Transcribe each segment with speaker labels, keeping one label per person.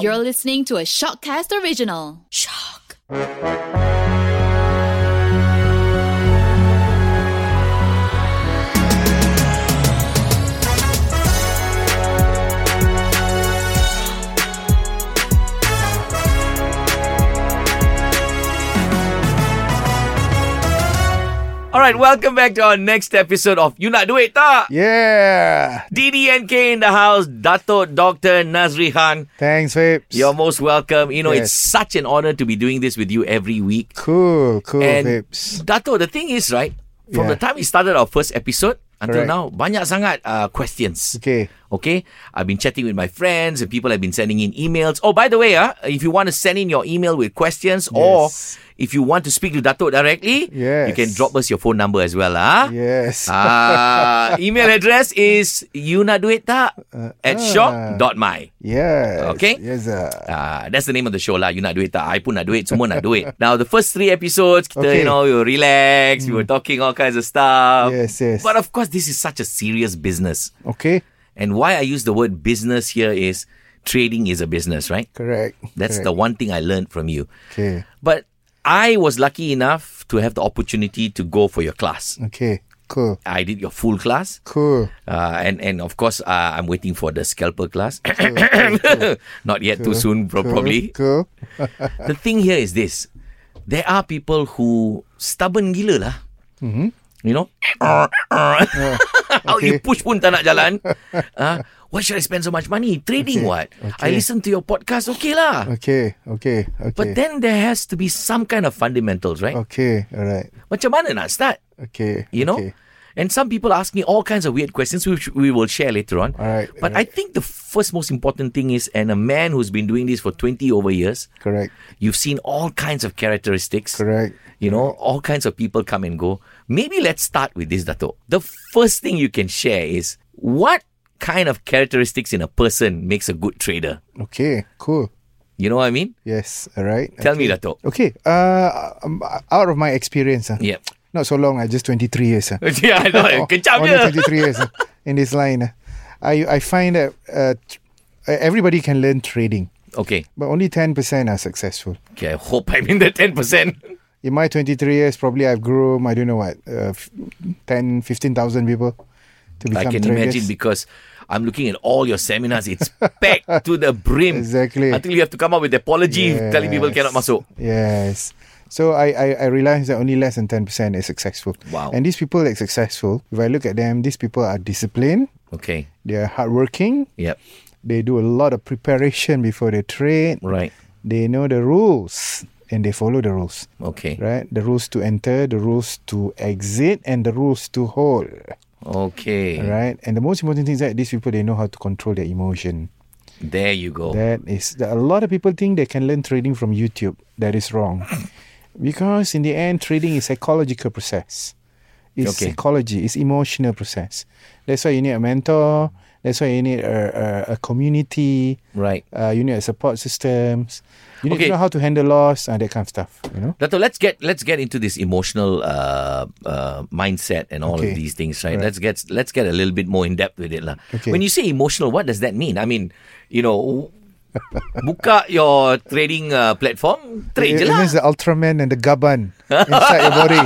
Speaker 1: You're listening to a Shockcast original.
Speaker 2: Shock.
Speaker 3: Alright, welcome back to our next episode of You Nak Duit Tak?
Speaker 4: Yeah.
Speaker 3: DDNK in the house, Dato Dr. Nazri Khan.
Speaker 4: Thanks, Vapes.
Speaker 3: You're most welcome. You know, it's
Speaker 4: Yes. Oh,
Speaker 3: such an honor to be doing this with you every week.
Speaker 4: cool, cool,
Speaker 3: And
Speaker 4: Vapes.
Speaker 3: Dato, the thing is, right, from the
Speaker 4: Yeah.
Speaker 3: time we started our first episode until
Speaker 4: Correct.
Speaker 3: now, banyak sangat uh, questions.
Speaker 4: Okay.
Speaker 3: Okay, I've been chatting with my friends and people have been sending in emails. Oh, by the way, uh, if you want to send in your email with questions or
Speaker 4: Yes.
Speaker 3: if you want to speak to Dato directly, you
Speaker 4: Yes.
Speaker 3: can drop us your phone number as well. Uh.
Speaker 4: Yes.
Speaker 3: Ah, email address is yunaduita
Speaker 4: Uh,
Speaker 3: at
Speaker 4: ah.
Speaker 3: shock.my.
Speaker 4: yes.
Speaker 3: okay.
Speaker 4: Yes. Uh,
Speaker 3: Ah, that's the name of the show lah. You nak duit tak? I pun nak duit. Semua nak duit. Now, the first three episodes, kita,
Speaker 4: Okay. Mm.
Speaker 3: you know, we were relaxed. We were talking all kinds of stuff.
Speaker 4: yes, yes.
Speaker 3: But of course, this is such a serious business.
Speaker 4: okay.
Speaker 3: And why I use the word business here is trading is a business, right?
Speaker 4: Correct.
Speaker 3: That's the
Speaker 4: Correct.
Speaker 3: one thing I learned from you.
Speaker 4: Okay.
Speaker 3: But I was lucky enough to have the opportunity to go for your class.
Speaker 4: Okay. Cool.
Speaker 3: I did your full class.
Speaker 4: Cool.
Speaker 3: Uh, and and of course, uh, I'm waiting for the scalper class. Not yet, too soon, pro-
Speaker 4: Cool.
Speaker 3: probably.
Speaker 4: Cool.
Speaker 3: The thing here is this: there are people who stubborn gila lah. You know, how you
Speaker 4: Mm-hmm. okay.
Speaker 3: push pun tak nak jalan. Uh, why should I spend so much money trading? What? I listen to your podcast, okay lah.
Speaker 4: Okay. Okay. Okay.
Speaker 3: But then there has to be some kind of fundamentals, right?
Speaker 4: okay. All right.
Speaker 3: Macam mana nak start?
Speaker 4: Okay.
Speaker 3: You know?
Speaker 4: Okay.
Speaker 3: And some people ask me all kinds of weird questions, which we will share later on.
Speaker 4: Alright,
Speaker 3: but I think the first most important thing is, and a man who's been doing this for 20 over years,
Speaker 4: Correct.
Speaker 3: you've seen all kinds of characteristics.
Speaker 4: Correct.
Speaker 3: You know, all kinds of people come and go. Maybe let's start with this, Dato. The first thing you can share is what kind of characteristics in a person makes a good trader?
Speaker 4: Okay. Cool.
Speaker 3: You know what I mean?
Speaker 4: Yes. All right.
Speaker 3: Tell me, Dato.
Speaker 4: Okay. Uh, um, out of my experience. Uh,
Speaker 3: Yeah.
Speaker 4: Not so long. I just twenty three years. Uh.
Speaker 3: yeah, I know. Kejam
Speaker 4: only
Speaker 3: dia.
Speaker 4: 23 years in this line. I I find that uh, tr- everybody can learn trading,
Speaker 3: Okay.
Speaker 4: but only 10% are successful.
Speaker 3: Okay, I hope I'm in the 10%.
Speaker 4: In my 23 years, probably I've grown, I don't know what, uh, f- 10, 15,000 people to
Speaker 3: I
Speaker 4: become
Speaker 3: can
Speaker 4: traders.
Speaker 3: imagine because I'm looking at all your seminars. It's packed to the brim.
Speaker 4: Exactly.
Speaker 3: Until you have to come up with apology telling people
Speaker 4: Yes.
Speaker 3: cannot masuk.
Speaker 4: Yes. So I, I, I realized that only less than 10% is successful.
Speaker 3: Wow.
Speaker 4: And these people that are successful, if I look at them, these people are disciplined,
Speaker 3: Okay.
Speaker 4: they are hardworking,
Speaker 3: Yep.
Speaker 4: they do a lot of preparation before they trade,
Speaker 3: Right.
Speaker 4: they know the rules and they follow the rules
Speaker 3: Okay.
Speaker 4: right the rules to enter the rules to exit and the rules to hold
Speaker 3: Okay.
Speaker 4: right and the most important thing is that these people they know how to control their emotion
Speaker 3: There you go.
Speaker 4: that is that a lot of people think they can learn trading from youtube that is wrong because in the end trading is psychological process it's
Speaker 3: Okay.
Speaker 4: psychology it's emotional process that's why you need a mentor that's why you need a, a, a community
Speaker 3: Right.
Speaker 4: uh, you need a support systems. You need
Speaker 3: Okay.
Speaker 4: to know how to handle loss and that kind of stuff. You know.
Speaker 3: Dato, let's get let's get into this emotional uh, uh, mindset and all
Speaker 4: Okay.
Speaker 3: of these things, right?
Speaker 4: Right.
Speaker 3: Let's get let's get a little bit more in depth with it, lah.
Speaker 4: Okay.
Speaker 3: When you say emotional, what does that mean? I mean, you know, buka your trading uh, platform, trade je
Speaker 4: It, it
Speaker 3: lah.
Speaker 4: means the Ultraman and the Gaban inside your body.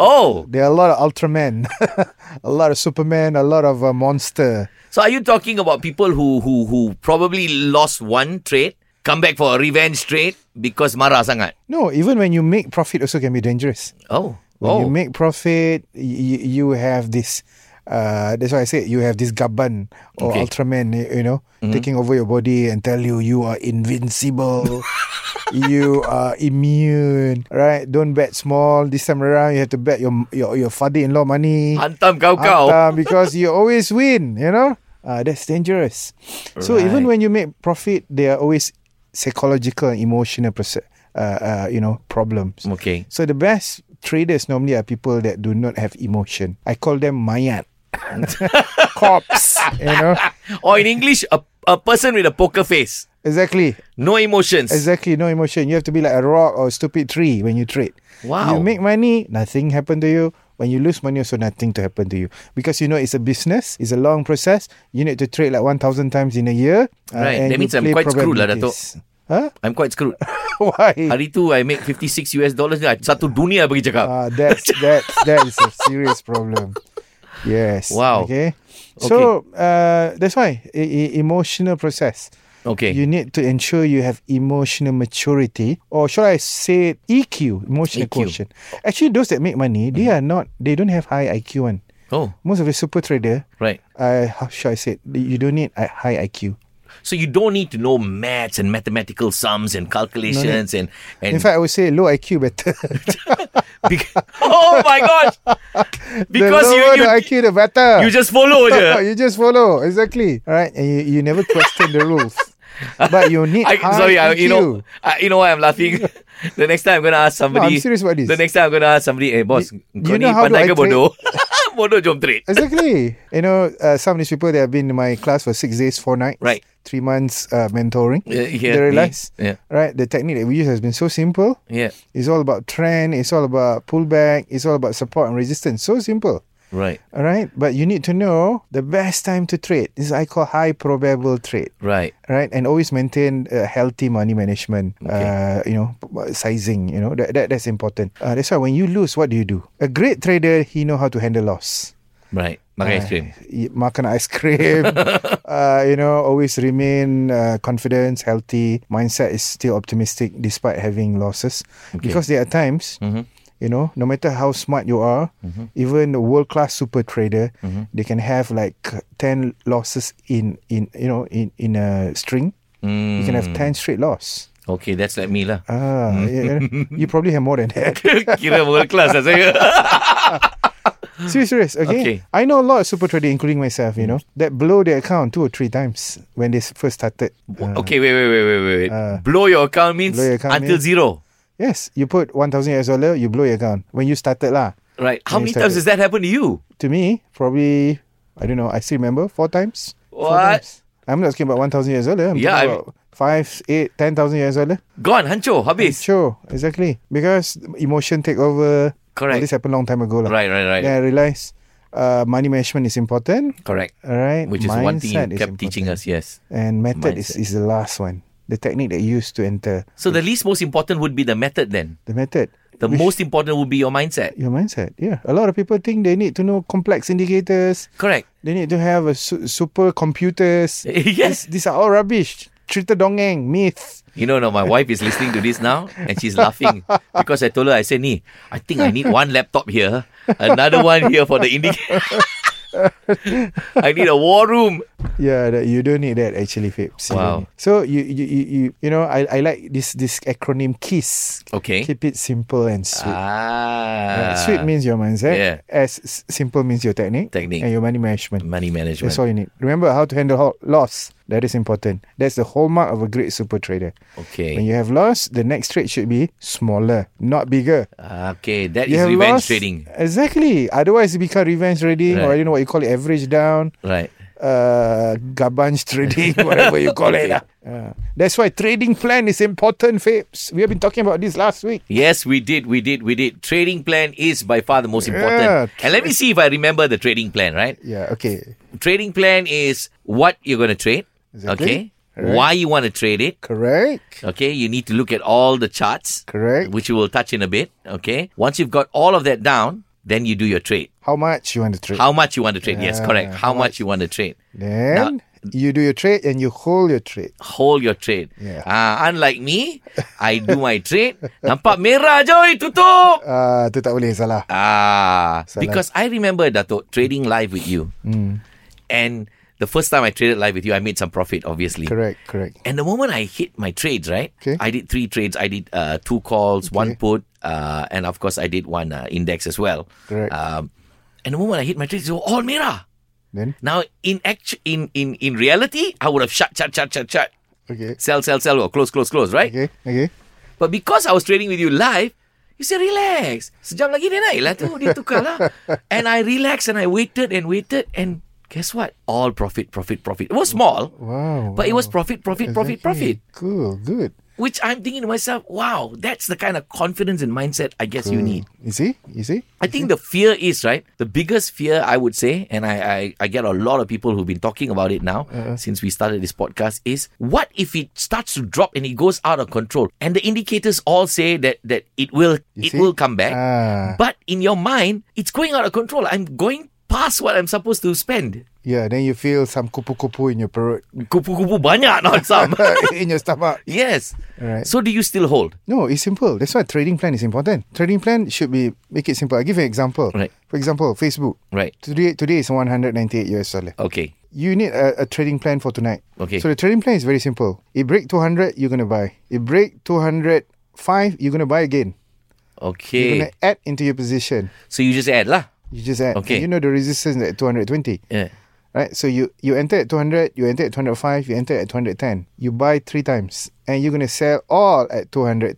Speaker 3: Oh,
Speaker 4: There are a lot of Ultraman, a lot of Superman, a lot of uh, monster.
Speaker 3: So are you talking about people who who who probably lost one trade, come back for a revenge trade because marah sangat?
Speaker 4: No, even when you make profit, also can be dangerous.
Speaker 3: Oh,
Speaker 4: When
Speaker 3: oh,
Speaker 4: you make profit, y- y- you have this. Uh, that's why I say you have this Gaban or
Speaker 3: Okay. Mm-hmm.
Speaker 4: Ultraman, y- you know, taking over your body and tell you you are invincible, you are immune, right? Don't bet small. This time around, you have to bet your your, your father-in-law money.
Speaker 3: hantam kau kau.
Speaker 4: Hantam, because you always win, you know? Uh, that's dangerous. So even
Speaker 3: Right.
Speaker 4: when you make profit, there are always psychological and emotional, proce- uh, uh, you know, problems.
Speaker 3: Okay,
Speaker 4: So the best traders normally are people that do not have emotion. I call them mayat. Cops, you know?
Speaker 3: or in English, a a person with a poker face,
Speaker 4: Exactly.
Speaker 3: no emotions.
Speaker 4: Exactly. No emotion. You have to be like a rock or a stupid tree when you trade.
Speaker 3: Wow.
Speaker 4: You make money, nothing happened to you. When you lose money, also nothing to happen to you because you know it's a business. It's a long process. You need to trade like one thousand times in a year. uh,
Speaker 3: Right.
Speaker 4: and
Speaker 3: That
Speaker 4: you
Speaker 3: means I'm
Speaker 4: play
Speaker 3: quite screwed lah,
Speaker 4: probabilities. Huh?
Speaker 3: I'm quite screwed.
Speaker 4: Why?
Speaker 3: Hari tu I make 56 US dollars ni I- satu dunia bagi cakap.
Speaker 4: Ah, that's that that is a serious problem. Yes.
Speaker 3: Wow.
Speaker 4: Okay. So uh, that's why e- e- emotional process.
Speaker 3: Okay.
Speaker 4: You need to ensure you have emotional maturity, or should I say EQ, emotional
Speaker 3: EQ.
Speaker 4: quotient. Actually, those that make money, they
Speaker 3: Mm-hmm.
Speaker 4: are not. They don't have high IQ. One.
Speaker 3: Oh,
Speaker 4: Most of the super trader,
Speaker 3: right.
Speaker 4: uh, how should I say? it? You don't need a high IQ.
Speaker 3: So you don't need to know maths and mathematical sums and calculations and and
Speaker 4: In fact, I would say low IQ better.
Speaker 3: bec- oh my god. Because
Speaker 4: the
Speaker 3: you
Speaker 4: lower
Speaker 3: you,
Speaker 4: the IQ, the better.
Speaker 3: you just follow
Speaker 4: Oh,
Speaker 3: je.
Speaker 4: you just follow exactly. All right, and you, you never question the rules, but you need.
Speaker 3: I,
Speaker 4: high E
Speaker 3: sorry, I, you
Speaker 4: EQ.
Speaker 3: know, I, you know why I'm laughing. the next time I'm gonna ask
Speaker 4: No,
Speaker 3: somebody.
Speaker 4: I'm serious about this.
Speaker 3: the next time I'm gonna ask somebody, hey boss, kau
Speaker 4: you
Speaker 3: ni
Speaker 4: know how do
Speaker 3: pandai
Speaker 4: I
Speaker 3: ke
Speaker 4: trade?
Speaker 3: bodoh? bodoh jom trade.
Speaker 4: exactly. You know, uh, some of these people that have been in my class for six days, four nights,
Speaker 3: Right.
Speaker 4: Three months uh, mentoring.
Speaker 3: Uh, yeah,
Speaker 4: they
Speaker 3: me.
Speaker 4: realize,
Speaker 3: Yeah.
Speaker 4: right? The technique that we use has been so simple.
Speaker 3: Yeah.
Speaker 4: It's all about trend. It's all about pullback. It's all about support and resistance. So simple.
Speaker 3: Right.
Speaker 4: All right, but you need to know the best time to trade. This I call high probable trade.
Speaker 3: Right.
Speaker 4: right and always maintain a healthy money management uh, you know p- sizing you know that, that that's important uh, that's why when you lose what do you do a great trader he know how to handle loss
Speaker 3: Right. Makan ice cream.
Speaker 4: Y- makan ice cream uh, you know always remain uh, confident healthy mindset is still optimistic despite having losses because there are times You know, no matter how smart you are, even the world class super trader, they can have like ten losses in in you know in in a string.
Speaker 3: Mm.
Speaker 4: You can have 10 straight loss.
Speaker 3: Okay, that's like me lah.
Speaker 4: Ah, yeah, you probably have more than that.
Speaker 3: Kira world class lah saya.
Speaker 4: Ah. serious, serious. Okay?
Speaker 3: Okay.
Speaker 4: I know a lot of super trader, including myself, you know, that blow their account two or three times when they s- first started. Uh,
Speaker 3: okay, wait, wait, wait, wait, wait. wait.
Speaker 4: Ah.
Speaker 3: blow your account means
Speaker 4: Blow your account
Speaker 3: until
Speaker 4: means-
Speaker 3: zero.
Speaker 4: Yes, you put 1,000 US dollar, you blow your account when you started lah.
Speaker 3: Right. How
Speaker 4: When
Speaker 3: many
Speaker 4: you
Speaker 3: times does that happen to you?
Speaker 4: To me, probably, I don't know, I still remember four times. Four
Speaker 3: What?
Speaker 4: times. I'm not talking about 1,000 US dollar. I'm
Speaker 3: Yeah, I'm-
Speaker 4: talking about five, eight, 10,000 US dollar.
Speaker 3: Gone, hancur, habis.
Speaker 4: Sure, exactly. Because emotion take over.
Speaker 3: Correct.
Speaker 4: All this happened long time ago. lah.
Speaker 3: Right, right, right.
Speaker 4: Then I realized uh, money management is important.
Speaker 3: Correct.
Speaker 4: All right.
Speaker 3: Which is one thing
Speaker 4: Mindset
Speaker 3: you
Speaker 4: is
Speaker 3: kept teaching
Speaker 4: important.
Speaker 3: us, yes.
Speaker 4: And method is,
Speaker 3: Mindset.
Speaker 4: is the last one. The technique that you use to enter
Speaker 3: So the least most important would be the method then.
Speaker 4: the method.
Speaker 3: The
Speaker 4: which-
Speaker 3: most important would be your mindset.
Speaker 4: Your mindset. Yeah. A lot of people think they need to know complex indicators.
Speaker 3: Correct.
Speaker 4: They need to have a su- super computers.
Speaker 3: Eh, yes.
Speaker 4: These are all rubbish. Cerita dongeng, myth.
Speaker 3: You know, no, my wife is listening to this now and she's laughing because I told her, I said, Nee, I think I need one laptop here, another one here for the indicator. I need a war room.
Speaker 4: Yeah, that you don't need that actually, Phipps. You
Speaker 3: Wow.
Speaker 4: don't need- So you you, you you you know I, I like this this acronym KISS.
Speaker 3: Okay.
Speaker 4: Keep it simple and sweet.
Speaker 3: Ah.
Speaker 4: Right, Sweet means your mindset.
Speaker 3: yeah.
Speaker 4: As s- simple means your technique.
Speaker 3: Technique.
Speaker 4: And your money management.
Speaker 3: money management.
Speaker 4: That's all you need. Remember how to handle ho- loss. That is important. That's the hallmark of a great super trader. When
Speaker 3: Okay.
Speaker 4: you have loss, the next trade should be smaller, not bigger.
Speaker 3: Okay, that is
Speaker 4: You have
Speaker 3: revenge
Speaker 4: loss-
Speaker 3: trading.
Speaker 4: Exactly. Otherwise, it become revenge trading, or I
Speaker 3: Right.
Speaker 4: don't know what you call it, average down,
Speaker 3: Right.
Speaker 4: uh, garbage trading, whatever you call it.
Speaker 3: Okay.
Speaker 4: lah. Uh, that's why trading plan is important, Fapes. We have been talking about this last week.
Speaker 3: Yes, we did, we did, we did. Trading plan is by far the most important.
Speaker 4: Yeah.
Speaker 3: And let me see if I remember the trading plan, right?
Speaker 4: Yeah, okay.
Speaker 3: Trading plan is what you're going to trade,
Speaker 4: Exactly.
Speaker 3: okay?
Speaker 4: Right.
Speaker 3: Why you want to trade it,
Speaker 4: Correct.
Speaker 3: okay? You need to look at all the charts,
Speaker 4: Correct.
Speaker 3: which we will touch in a bit, okay? Once you've got all of that down, then you do your trade.
Speaker 4: How much you want to trade?
Speaker 3: How much you want to trade? yes,
Speaker 4: Yeah,
Speaker 3: correct. How,
Speaker 4: how
Speaker 3: much you want to trade?
Speaker 4: Then you do your trade and you hold your trade.
Speaker 3: hold your trade.
Speaker 4: Yeah.
Speaker 3: Ah, unlike me, I do my trade. Nampak merah joy tutup.
Speaker 4: Ah, tu tak boleh salah.
Speaker 3: Ah,
Speaker 4: Salah. Hmm.
Speaker 3: because I remember Dato trading live with you, and the first time I traded live with you, I made some profit, obviously.
Speaker 4: Correct, correct.
Speaker 3: And the moment I hit my trades, right?
Speaker 4: Okay.
Speaker 3: I did three trades. I did uh, two calls, one
Speaker 4: Okay.
Speaker 3: put, uh, and of course I did one uh, index as well.
Speaker 4: Correct.
Speaker 3: Um, and the moment I hit my trades, it was all merah.
Speaker 4: Then
Speaker 3: Now in act- in in in reality, I would have shut, shut, shut, shut, shut,
Speaker 4: okay,
Speaker 3: sell, sell, sell, or close, close, close, right?
Speaker 4: okay, okay.
Speaker 3: But because I was trading with you live, you said relax. Sejam lagi dia naik lah tu. Dia tukar lah. and I relaxed and I waited and waited and guess what? All profit, profit, profit. It was small.
Speaker 4: Wow.
Speaker 3: But it
Speaker 4: wow.
Speaker 3: was profit, profit, profit, profit.
Speaker 4: Exactly. Cool, good.
Speaker 3: Which I'm thinking to myself, wow, that's the kind of confidence and mindset I guess you need.
Speaker 4: You see? You see?
Speaker 3: I think
Speaker 4: Mm-hmm.
Speaker 3: the fear is right. The biggest fear I would say, and I, I, I get a lot of people who've been talking about it now
Speaker 4: Uh-huh.
Speaker 3: since we started this podcast, is what if it starts to drop and it goes out of control? And the indicators all say that that it will it
Speaker 4: You see?
Speaker 3: will come back.
Speaker 4: Ah.
Speaker 3: But in your mind, it's going out of control. I'm going past what I'm supposed to spend.
Speaker 4: Yeah, then you feel some kupu-kupu in your perut,
Speaker 3: Kupu-kupu banyak not some.
Speaker 4: in your stomach.
Speaker 3: yes.
Speaker 4: Right.
Speaker 3: So do you still hold?
Speaker 4: No, it's simple. That's why trading plan is important. Trading plan should be make it simple. I give you an example.
Speaker 3: Right.
Speaker 4: For example, Facebook.
Speaker 3: Right.
Speaker 4: Today today is 198 US dollar.
Speaker 3: Okay.
Speaker 4: You need a, a trading plan for tonight.
Speaker 3: Okay.
Speaker 4: So the trading plan is very simple. It break 200, you're going to buy. It break 205, you're going to buy again. You're
Speaker 3: Okay.
Speaker 4: going to add into your position.
Speaker 3: So you just add lah.
Speaker 4: You just add.
Speaker 3: Okay.
Speaker 4: You know the resistance at 220.
Speaker 3: Yeah.
Speaker 4: Right? So you you enter at 200, you enter at 205, you enter at 210. You buy 3 times and you're going to sell all at 230.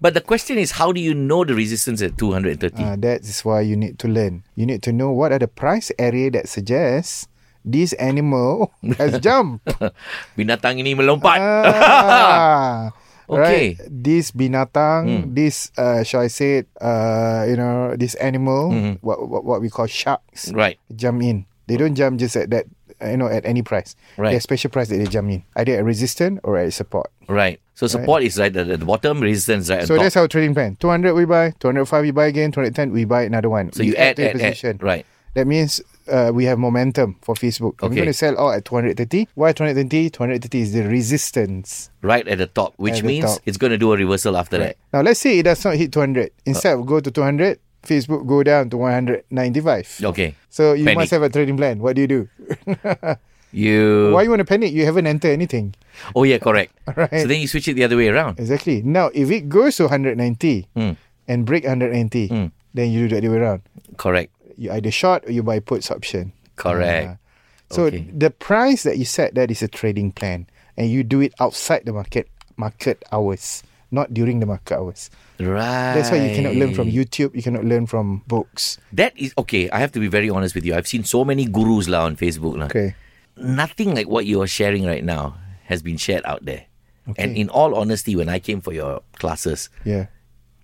Speaker 3: But the question is, how do you know the resistance at 230?
Speaker 4: Uh, that is why you need to learn. You need to know what are the price area that suggests this animal has jumped.
Speaker 3: Binatang ini melompat.
Speaker 4: Ah,
Speaker 3: Okay. Hmm.
Speaker 4: Right? This binatang, this uh, shall I say it, uh, you know, this animal, what, what what we call sharks,
Speaker 3: Hmm. right.
Speaker 4: jump in. They don't jump just at that, uh, you know, at any price.
Speaker 3: Right.
Speaker 4: There's special price that they jump in, either at resistance or at support.
Speaker 3: Right. So support is right at the bottom, resistance right at
Speaker 4: So
Speaker 3: top.
Speaker 4: that's our trading plan. 200 we buy, 205 we buy again, 210 we buy another one.
Speaker 3: so
Speaker 4: We
Speaker 3: you add,
Speaker 4: to the
Speaker 3: add, add. Right.
Speaker 4: That means uh, we have momentum for Facebook. I'm
Speaker 3: Okay.
Speaker 4: going to sell all at 230. Why 230? 230 is the resistance.
Speaker 3: Right at the top, which
Speaker 4: At the
Speaker 3: means
Speaker 4: top.
Speaker 3: it's going to do a reversal after that.
Speaker 4: Now, let's say it does not hit
Speaker 3: Uh.
Speaker 4: 200. Instead of go to 200, Facebook go down to 195.
Speaker 3: Okay.
Speaker 4: So you
Speaker 3: Panic. Uh.
Speaker 4: must have a trading plan. What do you do?
Speaker 3: You.
Speaker 4: Why you want to panic? You haven't entered anything.
Speaker 3: Oh yeah, correct. So
Speaker 4: Right.
Speaker 3: then you switch it the other way around.
Speaker 4: Exactly. Now, if it goes to 190
Speaker 3: Mm.
Speaker 4: and break 190,
Speaker 3: Mm.
Speaker 4: then you do the other way around.
Speaker 3: Correct.
Speaker 4: You either short or you buy puts option.
Speaker 3: Correct.
Speaker 4: Ah. So
Speaker 3: Okay.
Speaker 4: the price that you set that is a trading plan, and you do it outside the market market hours, not during the market hours.
Speaker 3: Right.
Speaker 4: That's why you cannot learn from YouTube. You cannot learn from books.
Speaker 3: That is okay. I have to be very honest with you. I've seen so many gurus lah on Facebook lah.
Speaker 4: Okay.
Speaker 3: Nothing like what you are sharing right now has been shared out there. And in all honesty, when I came for your classes,
Speaker 4: Yeah.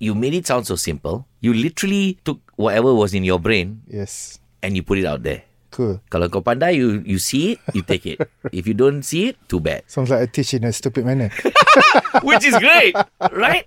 Speaker 3: you made it sound so simple. You literally took whatever was in your brain
Speaker 4: Yes.
Speaker 3: and you put it out there.
Speaker 4: Cool.
Speaker 3: Kalau kau pandai, you you see it, you take it. If you don't see it, too bad.
Speaker 4: Sounds like I teach in a stupid manner.
Speaker 3: Which is great, right?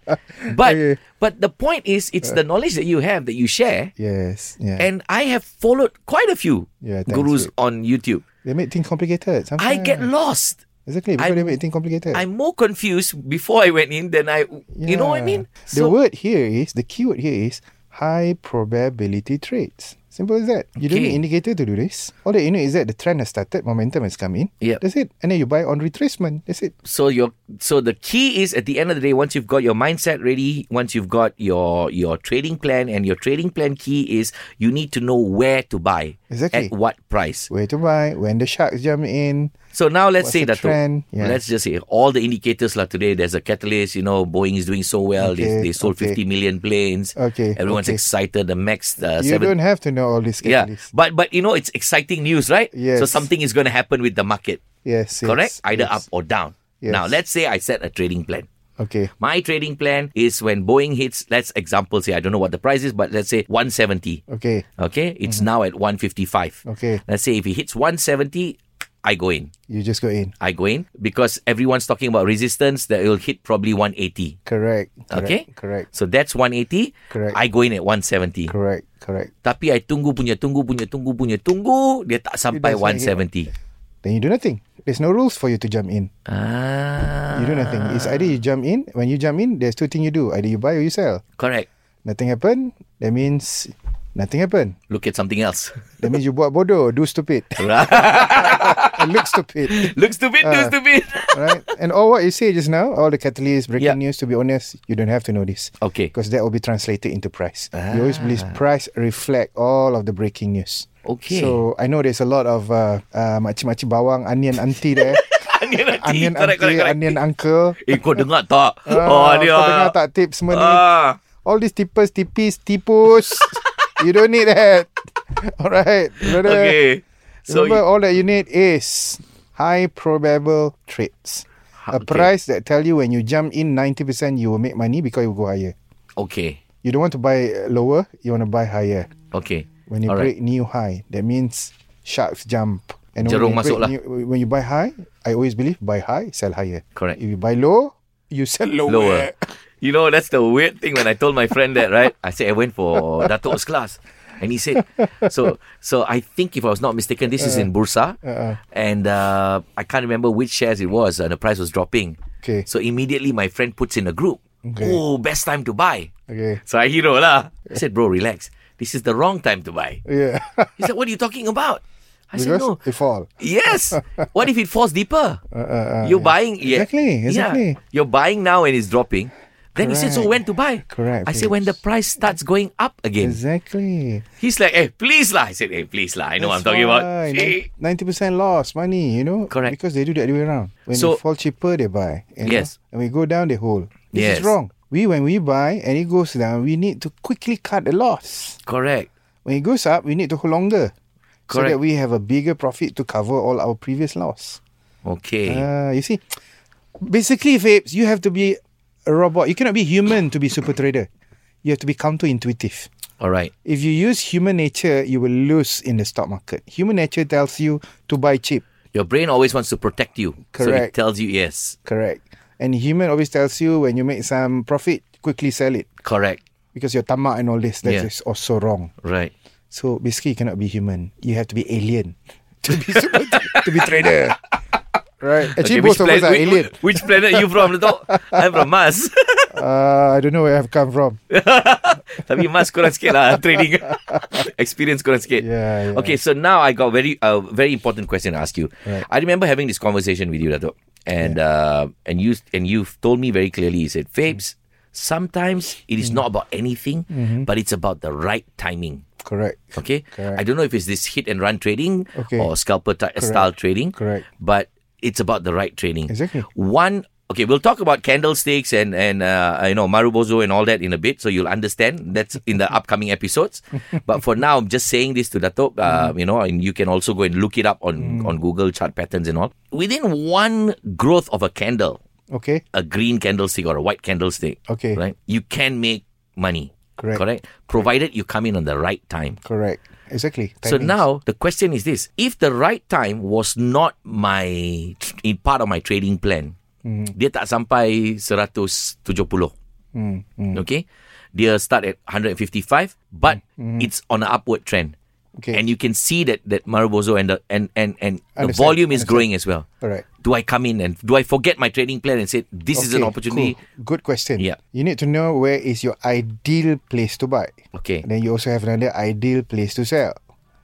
Speaker 3: But
Speaker 4: Okay.
Speaker 3: but the point is, it's the knowledge that you have that you share.
Speaker 4: yes. Yeah.
Speaker 3: And I have followed quite a few
Speaker 4: Yeah, thanks,
Speaker 3: gurus on YouTube.
Speaker 4: they make things complicated. Sometimes.
Speaker 3: I get lost.
Speaker 4: exactly
Speaker 3: I-
Speaker 4: because they make things complicated.
Speaker 3: I'm more confused before I went in than I, you know what I
Speaker 4: Yeah.
Speaker 3: mean?
Speaker 4: the word here is the keyword here is high probability trades. Simple as that. You don't
Speaker 3: Okay.
Speaker 4: need indicator to do this. All that you know is that the trend has started, momentum has come in.
Speaker 3: Yep.
Speaker 4: That's it. And then you buy on retracement. That's it.
Speaker 3: so your so the key is at the end of the day once you've got your mindset ready once you've got your your trading plan and your trading plan key is you need to know where to buy at
Speaker 4: Exactly.
Speaker 3: what price
Speaker 4: Where to buy, when the sharks jump in.
Speaker 3: so now let's
Speaker 4: What's
Speaker 3: say
Speaker 4: the
Speaker 3: that
Speaker 4: trend? Yeah.
Speaker 3: let's just say all the indicators like today there's a catalyst you know boeing is doing so well
Speaker 4: Okay,
Speaker 3: they, they sold
Speaker 4: okay.
Speaker 3: 50 million planes
Speaker 4: Okay,
Speaker 3: everyone's
Speaker 4: okay.
Speaker 3: excited the max uh,
Speaker 4: You
Speaker 3: seven
Speaker 4: don't have to know all this
Speaker 3: yeah
Speaker 4: catalyst.
Speaker 3: but but you know it's exciting news right
Speaker 4: Yes.
Speaker 3: so something is going to happen with the market
Speaker 4: Yes, yes.
Speaker 3: correct either
Speaker 4: yes.
Speaker 3: up or down
Speaker 4: Yes.
Speaker 3: now let's say i set a trading plan
Speaker 4: Okay.
Speaker 3: my trading plan is when Boeing hits, let's example say, I don't know what the price is, but let's say 170.
Speaker 4: Okay.
Speaker 3: Okay. It's now at 155.
Speaker 4: Mm-hmm. Okay.
Speaker 3: Let's say if it hits 170, I go in.
Speaker 4: You just go in.
Speaker 3: I go in because everyone's talking about resistance that it'll hit probably 180.
Speaker 4: Correct. correct
Speaker 3: Okay.
Speaker 4: Correct.
Speaker 3: So that's 180.
Speaker 4: Correct.
Speaker 3: I go in at 170.
Speaker 4: Correct. Correct.
Speaker 3: Tapi I tunggu punya tunggu punya tunggu punya tunggu dia tak sampai
Speaker 4: doesn't hit.
Speaker 3: 170.
Speaker 4: Then you do nothing. There's no rules for you to jump in.
Speaker 3: Ah.
Speaker 4: You do nothing. It's either you jump in. When you jump in, there's two things you do. Either you buy or you sell.
Speaker 3: Correct.
Speaker 4: Nothing happen. That means nothing happen.
Speaker 3: Look at something else.
Speaker 4: That means you buat bodoh, do stupid, and look stupid,
Speaker 3: Look stupid, do
Speaker 4: Ah.
Speaker 3: stupid.
Speaker 4: right? And all what you say just now, all the catalyst breaking
Speaker 3: Yeah.
Speaker 4: news. To be honest, you don't have to know this
Speaker 3: okay. Ah.
Speaker 4: because that will be translated into price. You always believe price reflect all of the breaking news.
Speaker 3: Okay.
Speaker 4: So I know there's a lot of uh, uh, makcik-makcik bawang, onion auntie there,
Speaker 3: Onion auntie.
Speaker 4: onion
Speaker 3: Correct, correct,
Speaker 4: auntie,
Speaker 3: correct.
Speaker 4: onion uncle.
Speaker 3: Eh kau dengar tak?
Speaker 4: Ah,
Speaker 3: oh dia.
Speaker 4: Kau dengar tak tips semua ni?
Speaker 3: Ah.
Speaker 4: All these tippers, tipis, tipus. you don't need that. Alright, brother.
Speaker 3: Okay. So
Speaker 4: Remember, all that you need is high probable traits.
Speaker 3: Ha,
Speaker 4: A price that tell you when you jump in 90% you will make money because you go higher.
Speaker 3: Okay.
Speaker 4: You don't want to buy uh, lower, you want to buy higher.
Speaker 3: Okay.
Speaker 4: When you
Speaker 3: All right.
Speaker 4: break new high, that means sharks jump. And
Speaker 3: Jerung
Speaker 4: when, you
Speaker 3: masuk
Speaker 4: break
Speaker 3: lah.
Speaker 4: new- when you buy high, I always believe buy high, sell higher.
Speaker 3: Correct.
Speaker 4: If you buy low, you sell lower.
Speaker 3: Lower. You know, that's the weird thing when I told my friend that, right? I said I went for Datuk's class. And he said, so so I think if I was not mistaken, this is
Speaker 4: Uh-huh.
Speaker 3: in Bursa. And uh, I can't remember which shares it was. And the price was dropping.
Speaker 4: Okay.
Speaker 3: So immediately my friend puts in a group.
Speaker 4: Okay.
Speaker 3: Oh, best time to buy.
Speaker 4: Okay.
Speaker 3: So I hero lah. I said, bro, relax. This is the wrong time to buy.
Speaker 4: Yeah.
Speaker 3: He said, what are you talking about? I said,
Speaker 4: because
Speaker 3: no.
Speaker 4: they fall. Uh,
Speaker 3: Yes. What if it falls deeper? you're buying yeah.
Speaker 4: Exactly, exactly.
Speaker 3: Yeah. You're buying now and it's dropping. Then he said, "So
Speaker 4: Correct.
Speaker 3: when to buy?"
Speaker 4: Correct,
Speaker 3: I said, "When the
Speaker 4: Felix.
Speaker 3: price starts going up again."
Speaker 4: Exactly.
Speaker 3: He's like, "Hey, please lah." I said, "Hey, please lah." I know I'm talking about.
Speaker 4: eh?
Speaker 3: See?
Speaker 4: ninety percent loss money. You know,
Speaker 3: Correct.
Speaker 4: Because they do that way around. When
Speaker 3: So-
Speaker 4: it fall cheaper, they buy. you know.
Speaker 3: Yes.
Speaker 4: and we go down, they hold. This
Speaker 3: Yes.
Speaker 4: is wrong. We when we buy and it goes down, we need to quickly cut the loss.
Speaker 3: Correct.
Speaker 4: When it goes up, we need to hold longer, so
Speaker 3: Correct.
Speaker 4: that we have a bigger profit to cover all our previous loss.
Speaker 3: Okay.
Speaker 4: Ah, you see, basically, Fapes, you have to be a robot. You cannot be human to be super trader. You have to be counterintuitive.
Speaker 3: All right.
Speaker 4: If you use human nature, you will lose in the stock market. Human nature tells you to buy cheap,
Speaker 3: Your brain always wants to protect you, so it
Speaker 4: Correct.
Speaker 3: tells you yes.
Speaker 4: correct? And human always tells you when you make some profit, quickly sell it
Speaker 3: Correct.
Speaker 4: because your tamak and all this. That is
Speaker 3: Yeah.
Speaker 4: also wrong.
Speaker 3: Right.
Speaker 4: So basically, you cannot be human. You have to be alien to be super, to be trader, right? Actually,
Speaker 3: which
Speaker 4: both of us
Speaker 3: planet-
Speaker 4: are
Speaker 3: which,
Speaker 4: alien.
Speaker 3: Which planet are you from? Dato'? I'm from Mars.
Speaker 4: Uh, I don't know where I've come from.
Speaker 3: Tapi mas kurang sikit lah Training Experience kurang sikit
Speaker 4: Yeah, yeah.
Speaker 3: Okay so now I got very a Very important question to ask you
Speaker 4: Right.
Speaker 3: I remember having this conversation with you Dato And uh, and you and you've told me very clearly You said Fabes Sometimes it
Speaker 4: Mm.
Speaker 3: is not about anything
Speaker 4: Mm-hmm.
Speaker 3: But it's about the right timing
Speaker 4: Correct.
Speaker 3: Okay
Speaker 4: Correct.
Speaker 3: I don't know if it's this hit and run trading
Speaker 4: Okay.
Speaker 3: Or scalper ty- style trading
Speaker 4: Correct.
Speaker 3: But it's about the right trading
Speaker 4: Exactly.
Speaker 3: one okay we'll talk about candlesticks and and uh, you know marubozo and all that in a bit so you'll understand that's in the upcoming episodes but for now i'm just saying this to datuk uh, you
Speaker 4: Mm.
Speaker 3: know and you can also go and look it up on on google chart patterns and all within one growth of a candle
Speaker 4: Okay.
Speaker 3: a green candlestick or a white candlestick
Speaker 4: Okay.
Speaker 3: right you can make money
Speaker 4: Correct.
Speaker 3: correct provided you come in on the right time
Speaker 4: Correct. Exactly.
Speaker 3: so
Speaker 4: Timings.
Speaker 3: now the question is this: If the right time was not my in part of my trading plan,
Speaker 4: Mm.
Speaker 3: dia tak sampai 170.
Speaker 4: Mm,
Speaker 3: Okay, dia start at 155, but it's on an upward trend,
Speaker 4: Mm, Okay.
Speaker 3: and you can see that that Marubozo and the and and and the
Speaker 4: Understand,
Speaker 3: volume is growing as well.
Speaker 4: Correct.
Speaker 3: Do I come in and do I forget my trading plan and say this is an
Speaker 4: Okay,
Speaker 3: opportunity?
Speaker 4: cool. Good question.
Speaker 3: Yeah.
Speaker 4: You need to know where is your ideal place to buy.
Speaker 3: Okay,
Speaker 4: Then you also have another ideal place to sell.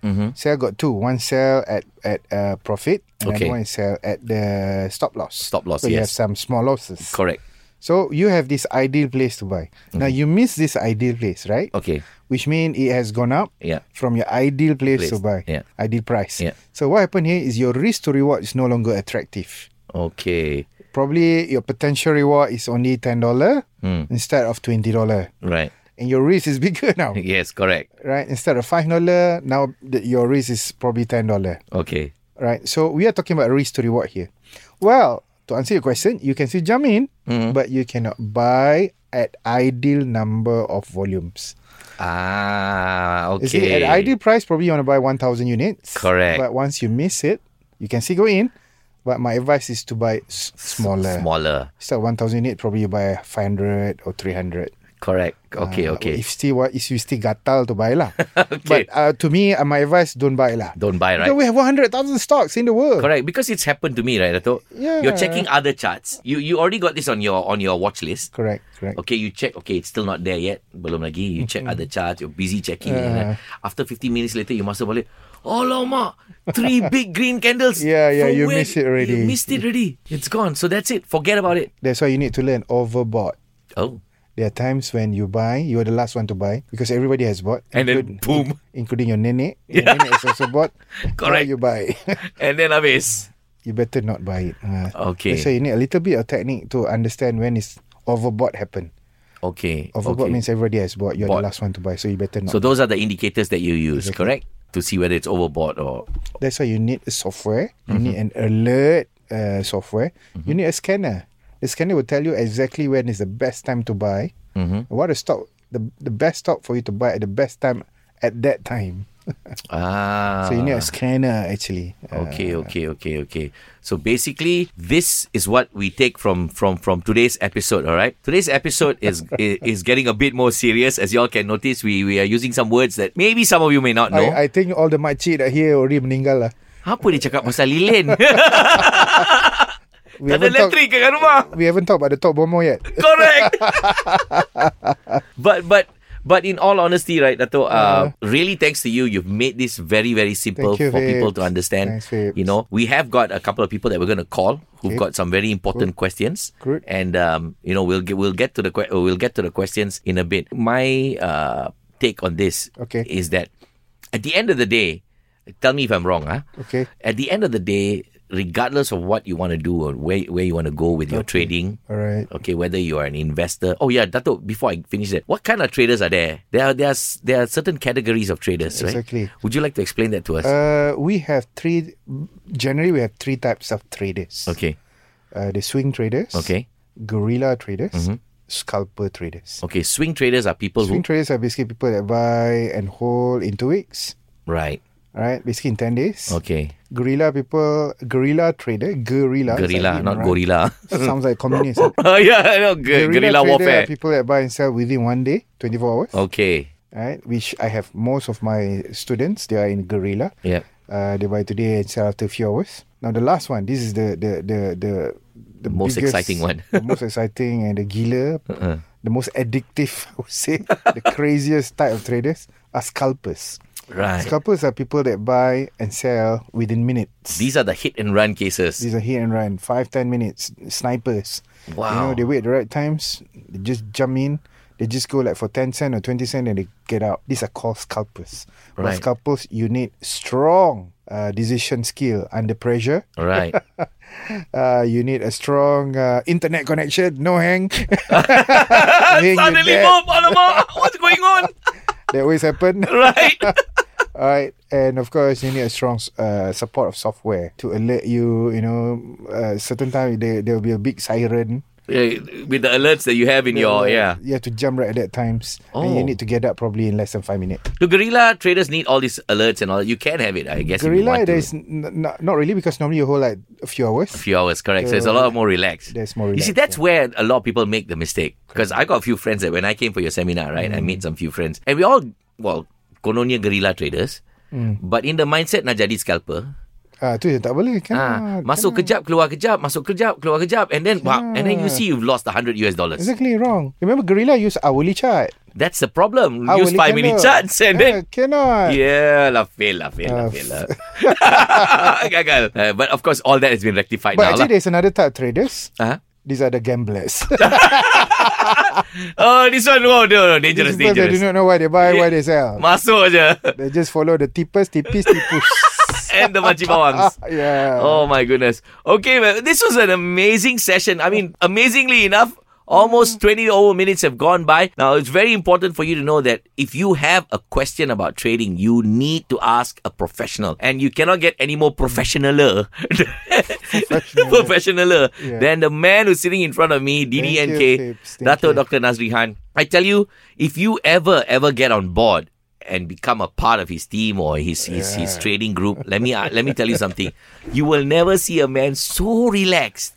Speaker 4: Mm-hmm. Sell got two. One sell at at uh, profit, and
Speaker 3: Okay.
Speaker 4: another one is sell at the stop loss.
Speaker 3: Stop loss,
Speaker 4: So you
Speaker 3: yes.
Speaker 4: have some small losses.
Speaker 3: correct.
Speaker 4: So you have this ideal place to buy. Now you miss this ideal place, right?
Speaker 3: Okay,
Speaker 4: Which means it has gone up
Speaker 3: Yeah.
Speaker 4: from your ideal place, to buy,
Speaker 3: Place, yeah.
Speaker 4: ideal price.
Speaker 3: Yeah.
Speaker 4: So what happened here is your risk to reward is no longer attractive.
Speaker 3: okay,
Speaker 4: Probably your potential reward is only ten dollar
Speaker 3: Hmm.
Speaker 4: instead of twenty dollar,
Speaker 3: right?
Speaker 4: and your risk is bigger now,
Speaker 3: Yes, correct.
Speaker 4: right? Instead of five dollar, now the, your risk is probably ten dollar,
Speaker 3: Okay,
Speaker 4: right? So we are talking about risk to reward here. Well, to answer your question, you can still jump in,
Speaker 3: Mm-hmm.
Speaker 4: but you cannot buy at ideal number of volumes.
Speaker 3: ah, okay.
Speaker 4: You see, at ideal price, probably you want to buy one thousand units.
Speaker 3: Correct.
Speaker 4: But once you miss it, you can still go in. But my advice is to buy s- smaller.
Speaker 3: Smaller.
Speaker 4: Instead of 1,000 unit, probably you buy 500 or 300.
Speaker 3: Correct. Okay,
Speaker 4: Uh,
Speaker 3: okay.
Speaker 4: If still what if you still gatal to buy lah. But uh, to me, uh, my advice don't buy lah.
Speaker 3: Don't buy, right?
Speaker 4: Because we have 100,000 stocks in the world.
Speaker 3: Correct. Because it's happened to me, right, Dato?
Speaker 4: Yeah.
Speaker 3: You're checking other charts. You you already got this on your on your watch list.
Speaker 4: Correct, correct.
Speaker 3: Okay, you check. Okay, it's still not there yet. Belum lagi. You check other charts. You're busy checking. and,
Speaker 4: Yeah.
Speaker 3: uh, After 15 minutes later, you master balik. Oh, lama. Three big green candles.
Speaker 4: Yeah, yeah,
Speaker 3: From
Speaker 4: you
Speaker 3: where-
Speaker 4: missed it already.
Speaker 3: You missed it already. It's gone. So that's it. Forget about it.
Speaker 4: That's why you need to learn overbought.
Speaker 3: Oh.
Speaker 4: There are times when you buy, you are the last one to buy because everybody has bought.
Speaker 3: And then,
Speaker 4: include-
Speaker 3: boom.
Speaker 4: Including your nenek. Your nenek has also bought.
Speaker 3: Correct.
Speaker 4: Now you buy.
Speaker 3: And then habis.
Speaker 4: you better not buy it. Uh,
Speaker 3: Okay.
Speaker 4: That's why you need a little bit of technique to understand when is overbought happen.
Speaker 3: Okay.
Speaker 4: Overbought
Speaker 3: okay.
Speaker 4: means everybody has bought. You're
Speaker 3: Bought.
Speaker 4: the last one to buy, so you better not.
Speaker 3: So those are the indicators that you use, correct? To see whether it's overbought or Mm-hmm.
Speaker 4: That's why you need a software. You need an alert, uh, software, you need a scanner. The scanner will tell you exactly when is the best time to buy,
Speaker 3: Mm-hmm.
Speaker 4: what a stock, the the best stock for you to buy at the best time at that time.
Speaker 3: Ah.
Speaker 4: So you need a scanner actually. Uh,
Speaker 3: Okay, okay, okay, okay. So basically, this is what we take from from from today's episode. All right, today's episode is i- is getting a bit more serious, as y'all can notice. We we are using some words that maybe some of you may not know.
Speaker 4: I, I think all the makcik that here already meninggal lah.
Speaker 3: Apa dia cakap pasal lilin?
Speaker 4: We
Speaker 3: tak ada
Speaker 4: talked-
Speaker 3: elektrik kat rumah.
Speaker 4: we haven't talked about the top bomo yet.
Speaker 3: Correct. but but but in all honesty, right, Dato, uh, really thanks to you, you've made this very very simple
Speaker 4: Uh-huh. Thank you,
Speaker 3: for people
Speaker 4: Vibes.
Speaker 3: to understand.
Speaker 4: Thanks, Vibes.
Speaker 3: you know, we have got a couple of people that we're going to call who've got some very important questions,
Speaker 4: Good.
Speaker 3: and um, you know, we'll get we'll get to the que- uh, we'll get to the questions in a bit. My uh, take on this
Speaker 4: Okay.
Speaker 3: is that at the end of the day, tell me if I'm wrong, huh?
Speaker 4: Okay.
Speaker 3: At the end of the day, regardless of what you want to do or where where you want to go with your trading,
Speaker 4: All right.
Speaker 3: Okay, whether you are an investor. Oh yeah, Dato. Before I finish that, what kind of traders are there? There are there are, s- there are certain categories of traders, right?
Speaker 4: Exactly.
Speaker 3: Would you like to explain that to us?
Speaker 4: Uh, we have three. Generally, we have three types of traders.
Speaker 3: okay,
Speaker 4: Uh, the swing traders.
Speaker 3: okay,
Speaker 4: Guerrilla traders. Scalper traders.
Speaker 3: Mm-hmm. okay. Swing traders are people
Speaker 4: Swing
Speaker 3: who
Speaker 4: traders are basically people that buy and hold in two weeks.
Speaker 3: right.
Speaker 4: Right, basically in ten days.
Speaker 3: Okay,
Speaker 4: Guerrilla people, guerrilla trader, guerrilla. It's
Speaker 3: gorilla,
Speaker 4: like,
Speaker 3: not
Speaker 4: right?
Speaker 3: gorilla.
Speaker 4: Sounds like communist. huh?
Speaker 3: oh yeah, no, gu-
Speaker 4: trader
Speaker 3: guerrilla warfare.
Speaker 4: Are people that buy and sell within one day, twenty four hours.
Speaker 3: Okay,
Speaker 4: Right, which I have most of my students. They are in guerrilla.
Speaker 3: yeah,
Speaker 4: Uh, they buy today and sell after a few hours. Now the last one, this is the the the the, the
Speaker 3: Most
Speaker 4: biggest-
Speaker 3: exciting one.
Speaker 4: the most exciting and the gila,
Speaker 3: Uh-uh.
Speaker 4: the most addictive. I would say the craziest type of traders are scalpers.
Speaker 3: right.
Speaker 4: Scalpers are people that buy and sell within minutes.
Speaker 3: These are the hit and run cases.
Speaker 4: These are hit and run, five ten minutes. Snipers. You
Speaker 3: Wow.
Speaker 4: know they wait the right times. They just jump in. They just go like for ten cent or twenty cent and they get out. These are called scalpers. For
Speaker 3: Right.
Speaker 4: scalpers, you need strong uh, decision skill under pressure.
Speaker 3: Right.
Speaker 4: Uh, you need a strong uh, internet connection. No hang. Hang with
Speaker 3: Suddenly,
Speaker 4: that.
Speaker 3: boom, alamak, what's going on?
Speaker 4: That always happen.
Speaker 3: right.
Speaker 4: All right, and of course you need a strong uh, support of software to alert you. You know, uh, certain time there there will be a big siren.
Speaker 3: Yeah, with the alerts that you have in your yeah.
Speaker 4: You have to jump right at that times, and you
Speaker 3: Oh.
Speaker 4: need to get up probably in less than five minutes.
Speaker 3: Do gorilla traders need all these alerts and all? You can have it, I guess. if you want
Speaker 4: Gorilla,
Speaker 3: to.
Speaker 4: there's n- n- not really because normally you hold like a few hours.
Speaker 3: few hours, correct? So it's a
Speaker 4: Uh,
Speaker 3: lot more relaxed.
Speaker 4: there's more
Speaker 3: You see, that's
Speaker 4: relaxed,
Speaker 3: where a lot of people make the mistake. Because I got a few friends that when I came for your seminar, right, I
Speaker 4: Mm.
Speaker 3: made some few friends, and we all well, kononnya gorilla traders,
Speaker 4: Mm.
Speaker 3: but in the mindset nak jadi scalper.
Speaker 4: Ah, tu je tak boleh kan?
Speaker 3: Ah, masuk kejap, keluar kejap, masuk kejap, keluar kejap, and then wow, and then you see you've lost the hundred US dollars.
Speaker 4: Exactly wrong. Remember, Gorilla use hourly chart.
Speaker 3: That's the problem.
Speaker 4: Hourly
Speaker 3: Use five minute
Speaker 4: candle.
Speaker 3: charts and
Speaker 4: yeah,
Speaker 3: then
Speaker 4: Ah, cannot.
Speaker 3: Eh. Yeah, lah, fail, lah, fail, lah,
Speaker 4: Ah,
Speaker 3: fail, lah. Gagal. Uh, but of course, all that has been rectified
Speaker 4: But
Speaker 3: now
Speaker 4: actually,
Speaker 3: lah. Uh-huh.
Speaker 4: there's another type of traders.
Speaker 3: Huh?
Speaker 4: These are the gamblers.
Speaker 3: Oh, this one, oh, no, no, dangerous,
Speaker 4: These people that do
Speaker 3: dangerous.
Speaker 4: not know why they buy, why they sell.
Speaker 3: Masuk je.
Speaker 4: They just follow the tipus, tipis, tipus.
Speaker 3: And the makcik bawangs.
Speaker 4: yeah.
Speaker 3: Oh my goodness. Okay, well, this was an amazing session. I mean, amazingly enough, almost 20 over minutes have gone by. Now, it's very important for you to know that if you have a question about trading, you need to ask a professional. And you cannot get any more professionaler, professionaler
Speaker 4: Yeah.
Speaker 3: than the man who's sitting in front of me, DDNK,
Speaker 4: Thank you, Fibs. Thank
Speaker 3: Dato
Speaker 4: you.
Speaker 3: Dr. Nazri Han. I tell you, if you ever, ever get on board, and become a part of his team or his his, his trading group. Let me uh, let me tell you something. You will never see a man so relaxed.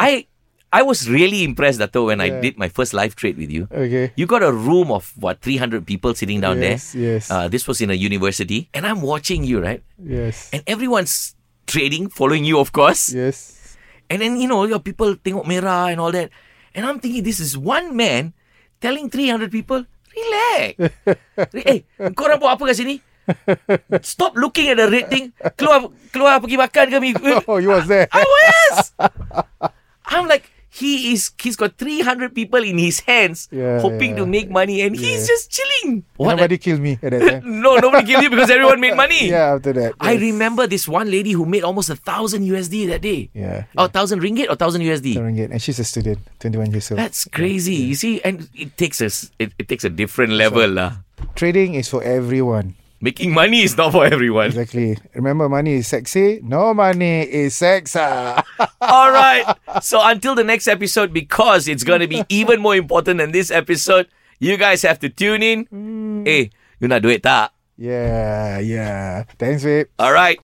Speaker 3: I I was really impressed, Dato, when I did my first live trade with you.
Speaker 4: Okay.
Speaker 3: You got a room of what 300 people sitting down
Speaker 4: Yes,
Speaker 3: there.
Speaker 4: yes.
Speaker 3: Uh, this was in a university, and I'm watching you right,
Speaker 4: Yes.
Speaker 3: and everyone's trading, following you, of course.
Speaker 4: Yes.
Speaker 3: And then you know your people tengok merah and all that. And I'm thinking this is one man telling 300 people, relax. hey, korang buat apa kat sini? Stop looking at the red thing. Keluar keluar pergi makan ke?
Speaker 4: Oh, you was there.
Speaker 3: I was. I'm like he is he's got 300 people in his hands
Speaker 4: Yeah,
Speaker 3: hoping to
Speaker 4: yeah.
Speaker 3: make money and he's
Speaker 4: Yeah.
Speaker 3: just chilling. What a-
Speaker 4: Nobody killed me at that time.
Speaker 3: no, nobody killed you because everyone made money.
Speaker 4: Yeah, after that.
Speaker 3: I
Speaker 4: yes.
Speaker 3: remember this one lady who made almost a thousand USD that day.
Speaker 4: Yeah.
Speaker 3: Oh, thousand ringgit or thousand USD?
Speaker 4: Ringgit. And she's a student, 21 years old.
Speaker 3: That's crazy. You see, and it takes a s- it, it takes a different level, lah.
Speaker 4: Trading is for everyone.
Speaker 3: Making money is not for everyone.
Speaker 4: Exactly. Remember, money is sexy. No money is ah. sexa.
Speaker 3: All right. So until the next episode, because it's going to be even more important than this episode, you guys have to tune in. Hey, you nak duit tak?
Speaker 4: yeah, yeah. Thanks, babe.
Speaker 3: All right.